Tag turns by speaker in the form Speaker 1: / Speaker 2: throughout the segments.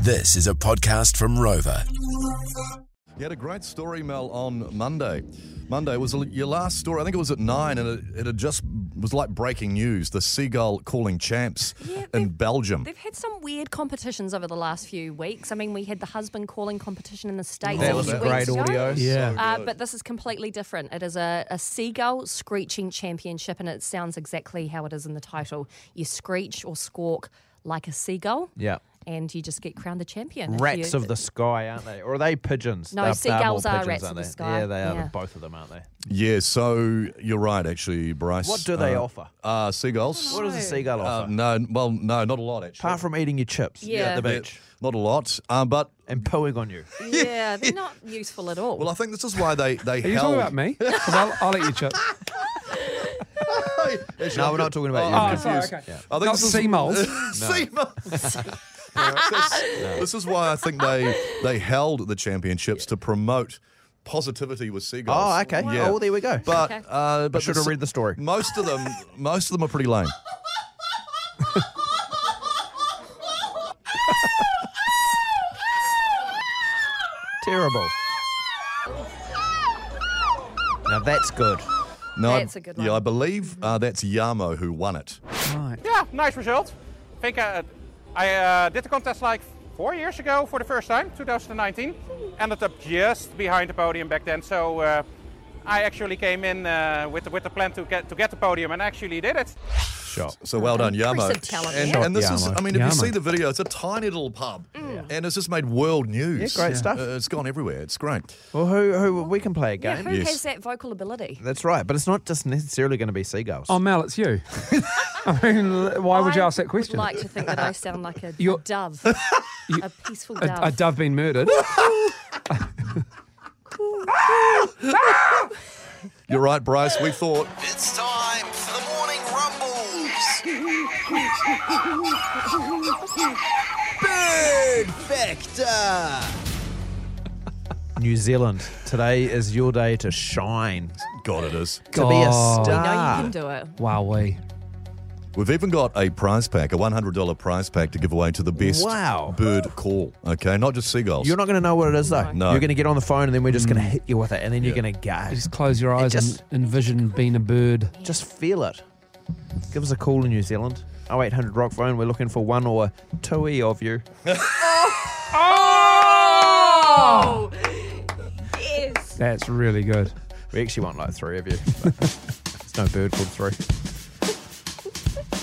Speaker 1: This is a podcast from Rover.
Speaker 2: You had a great story, Mel, on Monday. Monday was your last story. I think it was at nine, and it, it had just was like breaking news: the seagull calling champs
Speaker 3: Yeah,
Speaker 2: in
Speaker 3: they've-
Speaker 2: Belgium.
Speaker 3: They've had some weird competitions over the last few weeks. I mean, we had the husband calling competition in the States.
Speaker 4: That
Speaker 3: a
Speaker 4: was
Speaker 3: few
Speaker 4: great
Speaker 3: weeks ago.
Speaker 4: audio.
Speaker 5: Yeah.
Speaker 3: Uh, but this is completely different. It is a, a seagull screeching championship, and it sounds exactly how it is in the title. You screech or squawk like a seagull,
Speaker 4: Yeah.
Speaker 3: and you just get crowned the champion. if
Speaker 4: Rats
Speaker 3: you-
Speaker 4: of the sky, aren't they? Or are they pigeons?
Speaker 3: No,
Speaker 4: They're- they're
Speaker 3: seagulls
Speaker 4: more
Speaker 3: are
Speaker 4: pigeons,
Speaker 3: rats of
Speaker 4: aren't
Speaker 3: the
Speaker 4: they?
Speaker 3: sky,
Speaker 4: Yeah, they are, the-
Speaker 3: yeah.
Speaker 4: both of them, aren't they?
Speaker 2: yeah, so you're right, actually, Bryce.
Speaker 4: What do they
Speaker 2: Uh,
Speaker 4: offer?
Speaker 2: Uh, seagulls.
Speaker 4: What does a seagull
Speaker 2: Uh,
Speaker 4: offer?
Speaker 2: no, well, no, not a lot actually.
Speaker 4: Apart from eating your chips
Speaker 3: Yeah.
Speaker 4: at the
Speaker 2: Yeah,
Speaker 4: beach
Speaker 2: not a lot. Um, but
Speaker 4: and pooing on you.
Speaker 3: Yeah, they're not useful at all.
Speaker 2: well, I think this is why they they
Speaker 5: Are you
Speaker 2: held.
Speaker 5: talking about me? 'Cause I'll, I'll eat your chip.
Speaker 2: Actually,
Speaker 4: No,
Speaker 2: I'm
Speaker 4: we're
Speaker 2: con-
Speaker 4: not talking about
Speaker 2: oh,
Speaker 4: you.
Speaker 2: I'm
Speaker 5: Oh, sorry,
Speaker 2: confused.
Speaker 5: okay.
Speaker 2: I think
Speaker 5: Not
Speaker 2: this is-
Speaker 5: sea moles.
Speaker 2: Sea moles. this, this is why I think they they held the championships to promote positivity with seagulls.
Speaker 4: Oh, okay.
Speaker 2: Yeah.
Speaker 4: Oh, well, there we go.
Speaker 2: But
Speaker 3: Okay.
Speaker 2: uh, but
Speaker 4: should have read the story.
Speaker 2: Most of them, most of them are pretty lame.
Speaker 4: Terrible. Now that's good.
Speaker 2: No, I-
Speaker 3: That's a good one.
Speaker 2: Yeah, I believe uh, that's Yamo who won it.
Speaker 6: Yeah, nice result. I think uh, I uh, did the contest like four years ago for the first time, 2019. Ended up just behind the podium back then. So uh, I actually came in uh, with, the, with the plan to get, to get the podium and actually did it.
Speaker 4: Shot.
Speaker 2: So well done, Yamo.
Speaker 3: Impressive talent
Speaker 2: And,
Speaker 3: there.
Speaker 2: and this is,
Speaker 4: Yamo.
Speaker 2: I mean, if you
Speaker 5: Yamo.
Speaker 2: see the video, it's a tiny little pub, and it's just made world news.
Speaker 4: Yeah, great Yeah. stuff.
Speaker 2: Uh, it's gone everywhere. It's great.
Speaker 4: Well, who who we can play a
Speaker 3: yeah,
Speaker 4: game?
Speaker 3: who
Speaker 2: yes.
Speaker 3: has that vocal ability?
Speaker 4: That's right, but it's not just necessarily going to be seagulls.
Speaker 2: Um,
Speaker 5: Oh, Mel, it's you. I mean, l- why would you ask that question?
Speaker 3: I like to think that I sound like a
Speaker 5: You're-
Speaker 3: dove, a peaceful dove.
Speaker 5: a, a dove being murdered.
Speaker 2: You're right, Bryce. We thought
Speaker 7: It's time for the morning rumbles. Bird Factor.
Speaker 4: New Zealand, today is your day to shine,
Speaker 2: God it is.
Speaker 4: to be a
Speaker 5: God.
Speaker 4: star.
Speaker 3: no, you can do it.
Speaker 5: Wowee.
Speaker 2: We've even got a prize pack, a $100 prize pack to give away to the best
Speaker 4: Wow.
Speaker 2: bird call. Okay, not just seagulls.
Speaker 4: You're not going to know what it is, though.
Speaker 2: No.
Speaker 4: You're going to get on the phone, and then we're just going to hit you with it, and then you're going to go.
Speaker 5: Just close your eyes
Speaker 4: just-
Speaker 5: and envision being a bird.
Speaker 4: Just feel it. Give us a call in New Zealand. 0800 Rock Phone. We're looking for one or two E of you.
Speaker 3: Oh! Yes.
Speaker 5: That's really good.
Speaker 4: We actually want like three of you. but It's no bird called three.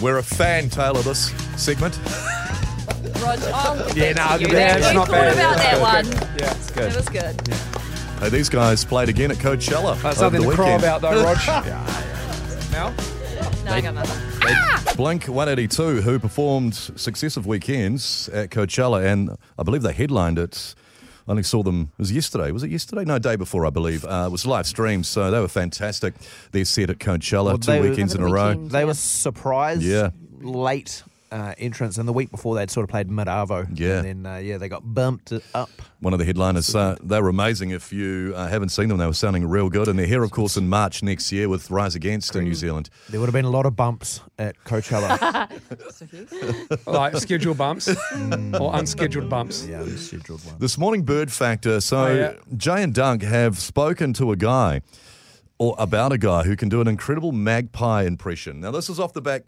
Speaker 2: We're a fan tail of this segment.
Speaker 3: Roger. Oh,
Speaker 4: Yeah,
Speaker 3: thank
Speaker 4: no,
Speaker 3: you.
Speaker 4: good
Speaker 3: Thank
Speaker 4: man. It's
Speaker 3: you.
Speaker 4: not
Speaker 3: thought
Speaker 4: bad.
Speaker 3: about that one.
Speaker 4: Yeah, it's
Speaker 3: That was good.
Speaker 2: Hey, these guys played again at Coachella.
Speaker 5: That's
Speaker 2: over
Speaker 5: something
Speaker 2: the
Speaker 5: to cry
Speaker 2: weekend.
Speaker 5: about, though, Rog.
Speaker 3: No, I got nothing.
Speaker 2: Blink 182, who performed successive weekends at Coachella, and I believe they headlined it. I only saw them, it was yesterday. Was it yesterday? No, day before, I believe. Uh, it was live streamed, so they were fantastic. They're set at Coachella two
Speaker 4: they were-
Speaker 2: weekends in
Speaker 3: Over
Speaker 2: a
Speaker 3: the
Speaker 2: row.
Speaker 3: weekend.
Speaker 4: They were surprised.
Speaker 2: Yeah.
Speaker 4: Late uh, entrance, and the week before they'd sort of played mid Arvo.
Speaker 2: Yeah.
Speaker 4: And then uh, yeah, they got bumped up.
Speaker 2: one of the headliners. Uh, they were amazing. If you uh, haven't seen them, they were sounding real good. And they're here, of course, in March next year with Rise Against
Speaker 3: Mm.
Speaker 2: in New Zealand.
Speaker 4: There would have been a lot of bumps at Coachella.
Speaker 5: like scheduled bumps or unscheduled bumps.
Speaker 4: yeah, scheduled one.
Speaker 2: This morning, Bird Factor. So
Speaker 5: Oh, yeah.
Speaker 2: Jay and Dunk have spoken to a guy or about a guy who can do an incredible magpie impression. Now, this is off the back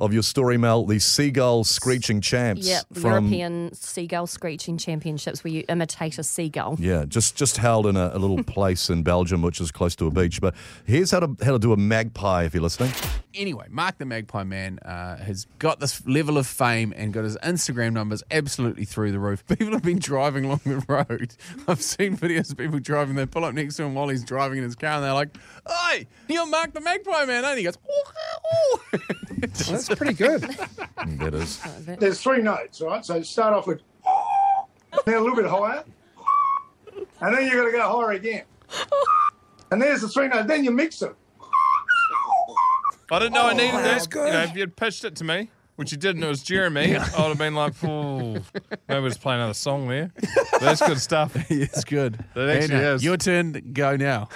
Speaker 2: of your story, Mel, the seagull screeching champs
Speaker 3: Yep, the
Speaker 2: from
Speaker 3: European Seagull Screeching Championships where you imitate a seagull.
Speaker 2: Yeah, just just held in a, a little place in Belgium, which is close to a beach. But here's how to how to do a magpie if you're listening.
Speaker 8: anyway, Mark the Magpie Man uh, has got this level of fame and got his Instagram numbers absolutely through the roof. People have been driving along the road. I've seen videos of people driving. They pull up next to him while he's driving in his car, and they're like, "Hey, you're Mark the Magpie Man," and he goes, "Ooh, ooh."
Speaker 5: That's pretty good.
Speaker 2: That is.
Speaker 9: there's three notes, right? So start off with then a little bit higher, and then you got to go higher again. And there's the three notes. Then you mix them.
Speaker 10: I didn't know I needed that. You know, if you'd pitched it to me, which you didn't, it was Jeremy, I would have been like, "Ooh, maybe we'll just play another song there. But that's good stuff.
Speaker 8: it's good."
Speaker 10: That actually
Speaker 8: Anna,
Speaker 10: is.
Speaker 8: Your turn. Go now.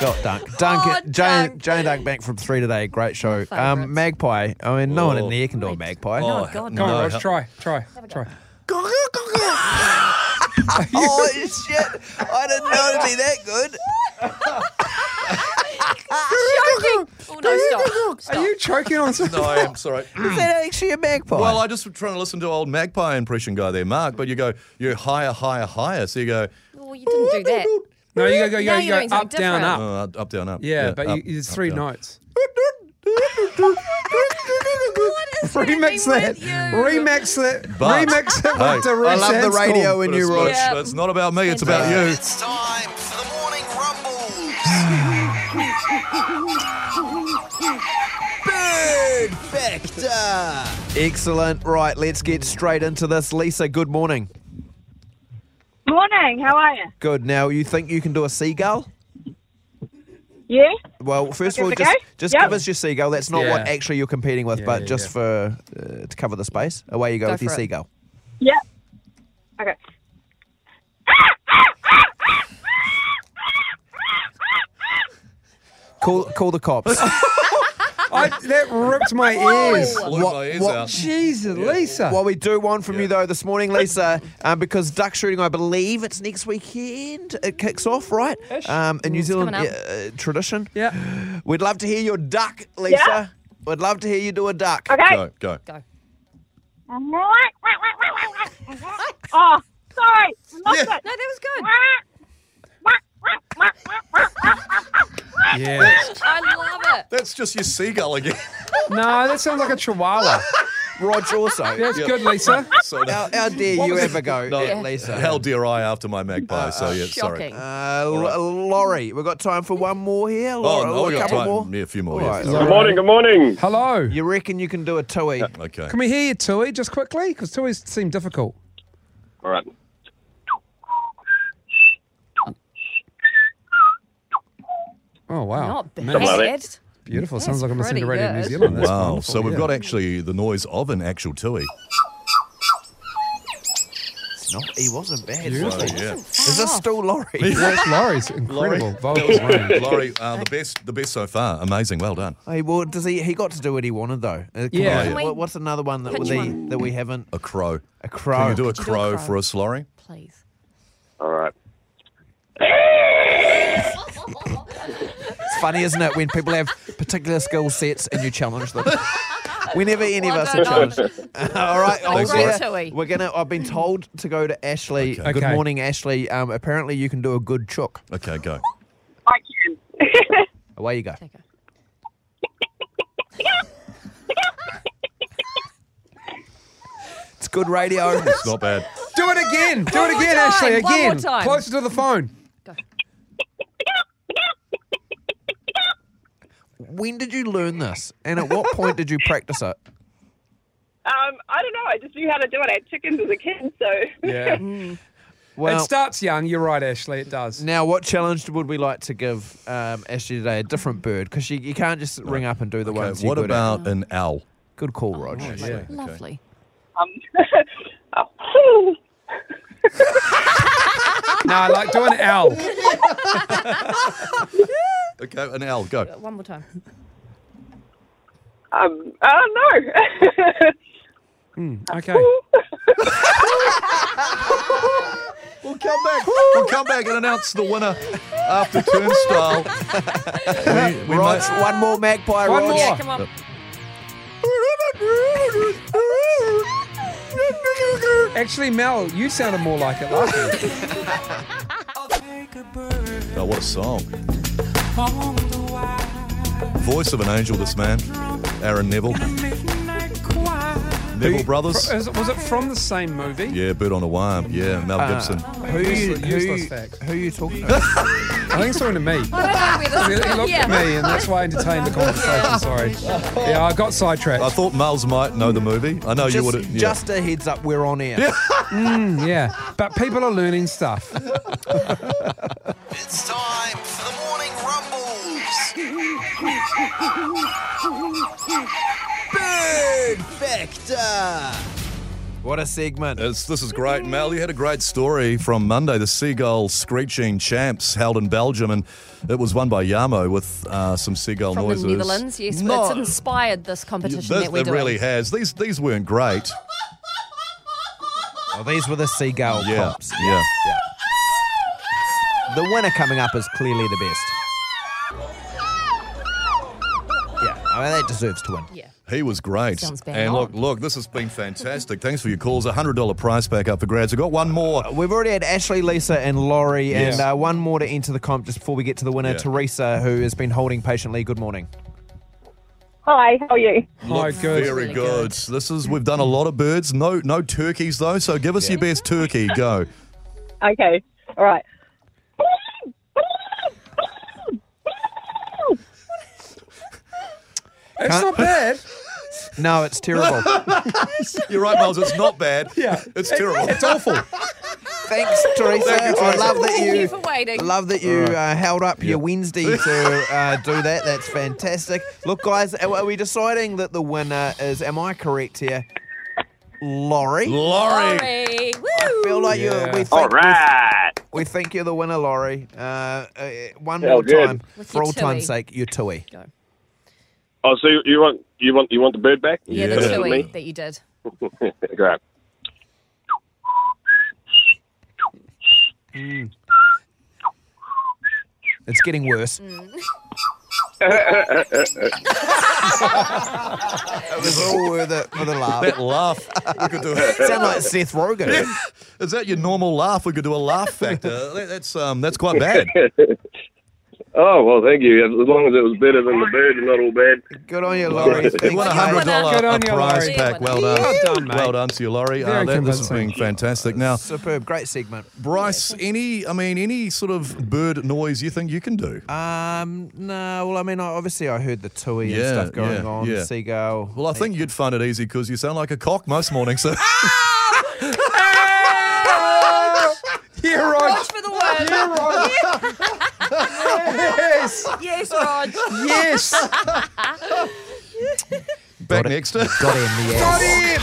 Speaker 4: Dot Dunk. Dunk
Speaker 3: Oh,
Speaker 4: it. Jane,
Speaker 3: Dunk.
Speaker 4: Jane Dunk back from three today. Great show.
Speaker 3: favourites.
Speaker 4: Um, magpie. I mean, no one in there can do a magpie.
Speaker 5: Oh,
Speaker 3: God,
Speaker 5: Come
Speaker 3: no.
Speaker 5: on, Rog, try, try, try.
Speaker 4: oh shit! I didn't know it'd be that good.
Speaker 3: Choking. Oh, no, stop.
Speaker 5: Are you choking on something?
Speaker 2: No, I am sorry.
Speaker 4: Is that actually a magpie?
Speaker 2: Well, I just was trying to listen to old magpie impression guy there, Mark. But you go, you're higher, higher, higher. So you go,
Speaker 3: Oh, you didn't do that.
Speaker 5: No, you go, go,
Speaker 3: Now you're
Speaker 5: go, you
Speaker 3: doing
Speaker 5: go up,
Speaker 3: something
Speaker 5: down,
Speaker 3: different.
Speaker 5: up.
Speaker 2: uh, up, down, up.
Speaker 5: Yeah, but
Speaker 2: up,
Speaker 5: you, there's
Speaker 2: up,
Speaker 5: three
Speaker 2: down.
Speaker 5: notes.
Speaker 3: What is happening
Speaker 5: Remix that.
Speaker 3: with you?
Speaker 5: Remix that.
Speaker 2: But-
Speaker 5: remix it
Speaker 2: Hey,
Speaker 5: with the
Speaker 2: I
Speaker 5: Ruth
Speaker 4: love the
Speaker 5: Hanscom.
Speaker 4: radio in
Speaker 2: But
Speaker 4: you,
Speaker 2: it's
Speaker 4: Rog.
Speaker 2: not-
Speaker 3: Yeah.
Speaker 2: It's not about me. It's about you.
Speaker 7: It's time for the morning rumbles.
Speaker 4: Bird Factor. Excellent. Right, let's get straight into this. Lisa, good morning.
Speaker 11: Morning, how are you?
Speaker 4: Good. Now, you think you can do a seagull?
Speaker 11: Yeah?
Speaker 4: Well, first of all,
Speaker 11: Give it a
Speaker 4: just,
Speaker 11: go.
Speaker 4: just
Speaker 11: Yep.
Speaker 4: give us your seagull. That's not what
Speaker 5: Yeah.
Speaker 4: actually you're competing with,
Speaker 5: Yeah,
Speaker 4: but
Speaker 5: yeah,
Speaker 4: just
Speaker 5: yeah.
Speaker 4: for uh, to cover the space. Away you go,
Speaker 3: Go
Speaker 4: with your
Speaker 3: for it.
Speaker 4: seagull.
Speaker 11: Yeah. Okay.
Speaker 4: Call call the cops.
Speaker 5: I, that ripped my ears.
Speaker 2: Blew
Speaker 4: What-
Speaker 2: my ears
Speaker 4: what-
Speaker 2: out.
Speaker 5: Jesus, Lisa.
Speaker 4: What we do want from you though this morning, Lisa, um, because duck shooting, I believe it's next weekend. It kicks off, right? Um, in New Zealand
Speaker 3: coming
Speaker 4: uh,
Speaker 3: up.
Speaker 4: uh, tradition.
Speaker 5: Yeah.
Speaker 4: We'd love to hear your duck, Lisa.
Speaker 11: Yeah.
Speaker 4: We'd love to hear you do a duck.
Speaker 11: Okay.
Speaker 2: Go, go.
Speaker 3: Go.
Speaker 11: Oh, sorry. Lost
Speaker 2: Yeah.
Speaker 11: it.
Speaker 3: No, that was good.
Speaker 5: Yeah. that's-
Speaker 3: I love it.
Speaker 2: That's just your seagull again.
Speaker 5: No, that sounds like a chihuahua.
Speaker 4: Rog also.
Speaker 5: That's good, Lisa.
Speaker 2: so
Speaker 4: How,
Speaker 2: that,
Speaker 4: how dare you ever go, at Lisa?
Speaker 2: how dare I after my magpie? So yeah, sorry.
Speaker 3: Shocking.
Speaker 4: Uh, L- Laurie, we've got time for one more here. Laura,
Speaker 2: oh, no, we
Speaker 4: a
Speaker 2: got
Speaker 4: couple
Speaker 2: time.
Speaker 4: more.
Speaker 2: Yeah, a few more.
Speaker 4: All
Speaker 2: yeah.
Speaker 4: right.
Speaker 2: All
Speaker 5: Good
Speaker 12: morning, good morning.
Speaker 5: Hello.
Speaker 4: You reckon you can do a tui?
Speaker 2: right. Okay.
Speaker 5: Can we hear you, Tui, just quickly? Because Tui's seem difficult.
Speaker 12: All right.
Speaker 5: Oh, wow.
Speaker 3: Not bad.
Speaker 5: Man, Beautiful.
Speaker 3: That's
Speaker 5: sounds like I'm listening to
Speaker 3: pretty
Speaker 5: Radio New
Speaker 3: good.
Speaker 5: Zealand. That's
Speaker 2: Wow.
Speaker 5: wonderful,
Speaker 2: so we've
Speaker 5: yeah.
Speaker 2: got actually the noise of an actual tui.
Speaker 4: It's not. He wasn't bad.
Speaker 2: So,
Speaker 4: Was he?
Speaker 2: yeah.
Speaker 4: Is
Speaker 3: Oh,
Speaker 4: this still Laurie?
Speaker 5: That's Laurie's incredible vocals range.
Speaker 2: Laurie, uh, the best, the best so far. Amazing. Well done.
Speaker 4: Hey, well, does he? He got to do what he wanted though. Uh, come
Speaker 5: Yeah.
Speaker 4: on,
Speaker 5: Can
Speaker 4: what-
Speaker 3: we
Speaker 4: what's another one that
Speaker 3: pitch
Speaker 4: we
Speaker 3: one?
Speaker 4: that we haven't?
Speaker 2: A crow.
Speaker 4: A crow.
Speaker 2: Can you do a
Speaker 3: you do a
Speaker 2: crow,
Speaker 3: crow?
Speaker 2: for us, Laurie?
Speaker 3: Please.
Speaker 12: All right.
Speaker 4: It's funny, isn't it, when people have particular skill sets and you challenge them. Whenever any of
Speaker 3: Well
Speaker 4: us are
Speaker 3: done,
Speaker 4: challenged. All right, I'll
Speaker 2: Thanks,
Speaker 4: see
Speaker 2: Laura.
Speaker 4: ya.
Speaker 3: Tui.
Speaker 4: We're gonna. I've been told to go to Ashley. Uh,
Speaker 2: Okay.
Speaker 4: Good
Speaker 5: Okay.
Speaker 4: morning, Ashley. Um, apparently, you can do a good chook.
Speaker 2: Okay, go.
Speaker 11: I can.
Speaker 4: Away you go.
Speaker 3: There you go.
Speaker 4: It's good radio.
Speaker 2: It's not bad.
Speaker 5: Do it again. Do it
Speaker 3: more
Speaker 5: again,
Speaker 3: time,
Speaker 5: Ashley.
Speaker 3: one more
Speaker 5: Again.
Speaker 3: time.
Speaker 5: Closer to the phone.
Speaker 4: when did you learn this, and at what point did you practice it?
Speaker 11: Um, I don't know. I just knew how to do it. I had chickens as a kid, so.
Speaker 5: Yeah.
Speaker 4: Well,
Speaker 5: it starts young. You're right, Ashley. It does.
Speaker 4: Now, what challenge would we like to give um, Ashley today? A different bird, because you, you can't just ring up and do the ones.
Speaker 2: Okay, what
Speaker 4: you're good at.
Speaker 2: about an owl?
Speaker 4: Good call, Rog.
Speaker 5: Yeah.
Speaker 3: Lovely.
Speaker 11: Um, oh,
Speaker 5: No, I like doing an owl.
Speaker 2: Okay, an owl. Go.
Speaker 3: One more time.
Speaker 11: um, oh no.
Speaker 5: Okay.
Speaker 2: We'll come back. we'll come back and announce the winner after turnstile. we we
Speaker 4: Rog,
Speaker 2: might.
Speaker 4: one more magpie,
Speaker 5: One
Speaker 4: Rog.
Speaker 5: more.
Speaker 3: Come on.
Speaker 5: Actually, Mel, you sounded more like it last week.
Speaker 2: Oh, what a song. Voice of an angel, this man. Aaron Neville. Neville Brothers.
Speaker 5: Fro-
Speaker 4: uh,
Speaker 5: is it- Was it from the same movie?
Speaker 2: Yeah, Bird on a Wire. Yeah,
Speaker 4: Ah.
Speaker 2: Mel Gibson.
Speaker 4: Who are you,
Speaker 5: Useless-
Speaker 4: who,
Speaker 5: useless fact.
Speaker 4: who you talking about?
Speaker 5: I think it's talking to me.
Speaker 3: I don't know where
Speaker 5: He
Speaker 3: this is
Speaker 5: looked
Speaker 3: going.
Speaker 5: at
Speaker 3: Yeah.
Speaker 5: me, and that's why I entertained the conversation. Sorry. Yeah, I got
Speaker 2: I
Speaker 5: sidetracked.
Speaker 2: thought Males might know the movie. I know you
Speaker 4: just,
Speaker 2: would. Yeah.
Speaker 4: just a heads up, we're on air.
Speaker 5: Mm, yeah, but people are learning stuff.
Speaker 7: It's time for the morning rumbles.
Speaker 4: Bird Factor. What a segment.
Speaker 2: It's, this is great. Mel, you had a great story from Monday, the Seagull Screeching Champs held in Belgium, and it was won by Yamo with uh, some seagull
Speaker 3: From
Speaker 2: noises.
Speaker 3: the Netherlands, yes.
Speaker 2: No,
Speaker 3: It's inspired this competition
Speaker 2: this-
Speaker 3: that we're
Speaker 2: it
Speaker 3: doing.
Speaker 2: really has. These, these weren't great.
Speaker 4: Oh, these were the seagull
Speaker 2: Yeah,
Speaker 4: pops.
Speaker 2: yeah.
Speaker 4: The winner coming up is clearly the best. Yeah, I mean, that deserves to win.
Speaker 3: Yeah.
Speaker 2: He was great.
Speaker 4: Sounds bang
Speaker 2: And
Speaker 4: on.
Speaker 2: look, look, this has been fantastic. Thanks for your calls. A hundred dollar prize pack up for grabs. I got one more.
Speaker 4: We've already had Ashley, Lisa, and Laurie,
Speaker 2: Yes.
Speaker 4: and uh, one more to enter the comp just before we get to the winner,
Speaker 2: Yeah.
Speaker 4: Teresa, who has been holding patiently. Good morning.
Speaker 11: Hi, how are you?
Speaker 5: Oh,
Speaker 2: Look, Very good. This is we've done a lot of birds. No, no turkeys though. So give us your best turkey. Go.
Speaker 11: Okay, all right.
Speaker 4: It's not bad. no, it's terrible.
Speaker 2: You're right, Miles. It's not bad. Yeah, it's terrible.
Speaker 4: it's awful. Thanks, Teresa.
Speaker 2: Thank you,
Speaker 4: I
Speaker 2: Teresa.
Speaker 4: love that
Speaker 2: Thank
Speaker 4: you,
Speaker 2: you for waiting.
Speaker 4: love that you
Speaker 2: All right.
Speaker 4: uh, held up your Wednesday to uh, do that. That's fantastic. Look, guys, are are we deciding that the winner is? Am I correct here? Laurie.
Speaker 2: Laurie.
Speaker 3: Laurie.
Speaker 4: I feel like
Speaker 7: Yeah.
Speaker 4: you. We think,
Speaker 7: All right.
Speaker 4: We think you're the winner, Laurie. Uh, uh, one
Speaker 7: Sounds
Speaker 4: more
Speaker 7: good.
Speaker 4: time,
Speaker 7: With
Speaker 4: for
Speaker 7: your
Speaker 4: all
Speaker 7: tui.
Speaker 4: time's sake, you're Tui.
Speaker 12: Oh, so you, you want you want you want the bird back?
Speaker 3: Yeah, the chewy that you did.
Speaker 12: Me? Great.
Speaker 4: It's getting worse. It was all worth it for the laugh.
Speaker 2: That laugh. We could do
Speaker 4: Sound like Seth Rogen.
Speaker 2: Is that your normal laugh? We could do a laugh factor. That- That's um, that's quite bad.
Speaker 12: oh well, thank you. As long as it was better than the bird and not all bad.
Speaker 4: Good on you,
Speaker 12: Laurie.
Speaker 2: It won a hundred
Speaker 4: Good
Speaker 2: dollar
Speaker 4: on you,
Speaker 2: prize
Speaker 4: Laurie.
Speaker 2: pack. Well done.
Speaker 4: Well done, mate.
Speaker 2: Well done to you, Laurie. Uh,
Speaker 4: Very
Speaker 2: that, this has
Speaker 4: convincing.
Speaker 2: been fantastic. Now,
Speaker 4: Superb, great segment.
Speaker 2: Bryce, any I mean, any sort of bird noise you think you can do?
Speaker 4: Um, no, well, I mean, I- obviously, I heard the Tui and stuff going on, the seagull.
Speaker 2: Well, I think you'd find it easy because you sound like a cock most mornings. So
Speaker 5: Yeah, Rog.
Speaker 3: Rog for the win.
Speaker 5: Yeah, Rog.
Speaker 3: yes. Yes, Rog.
Speaker 5: Yes.
Speaker 2: back next.
Speaker 4: Got in the ass.
Speaker 5: Got him.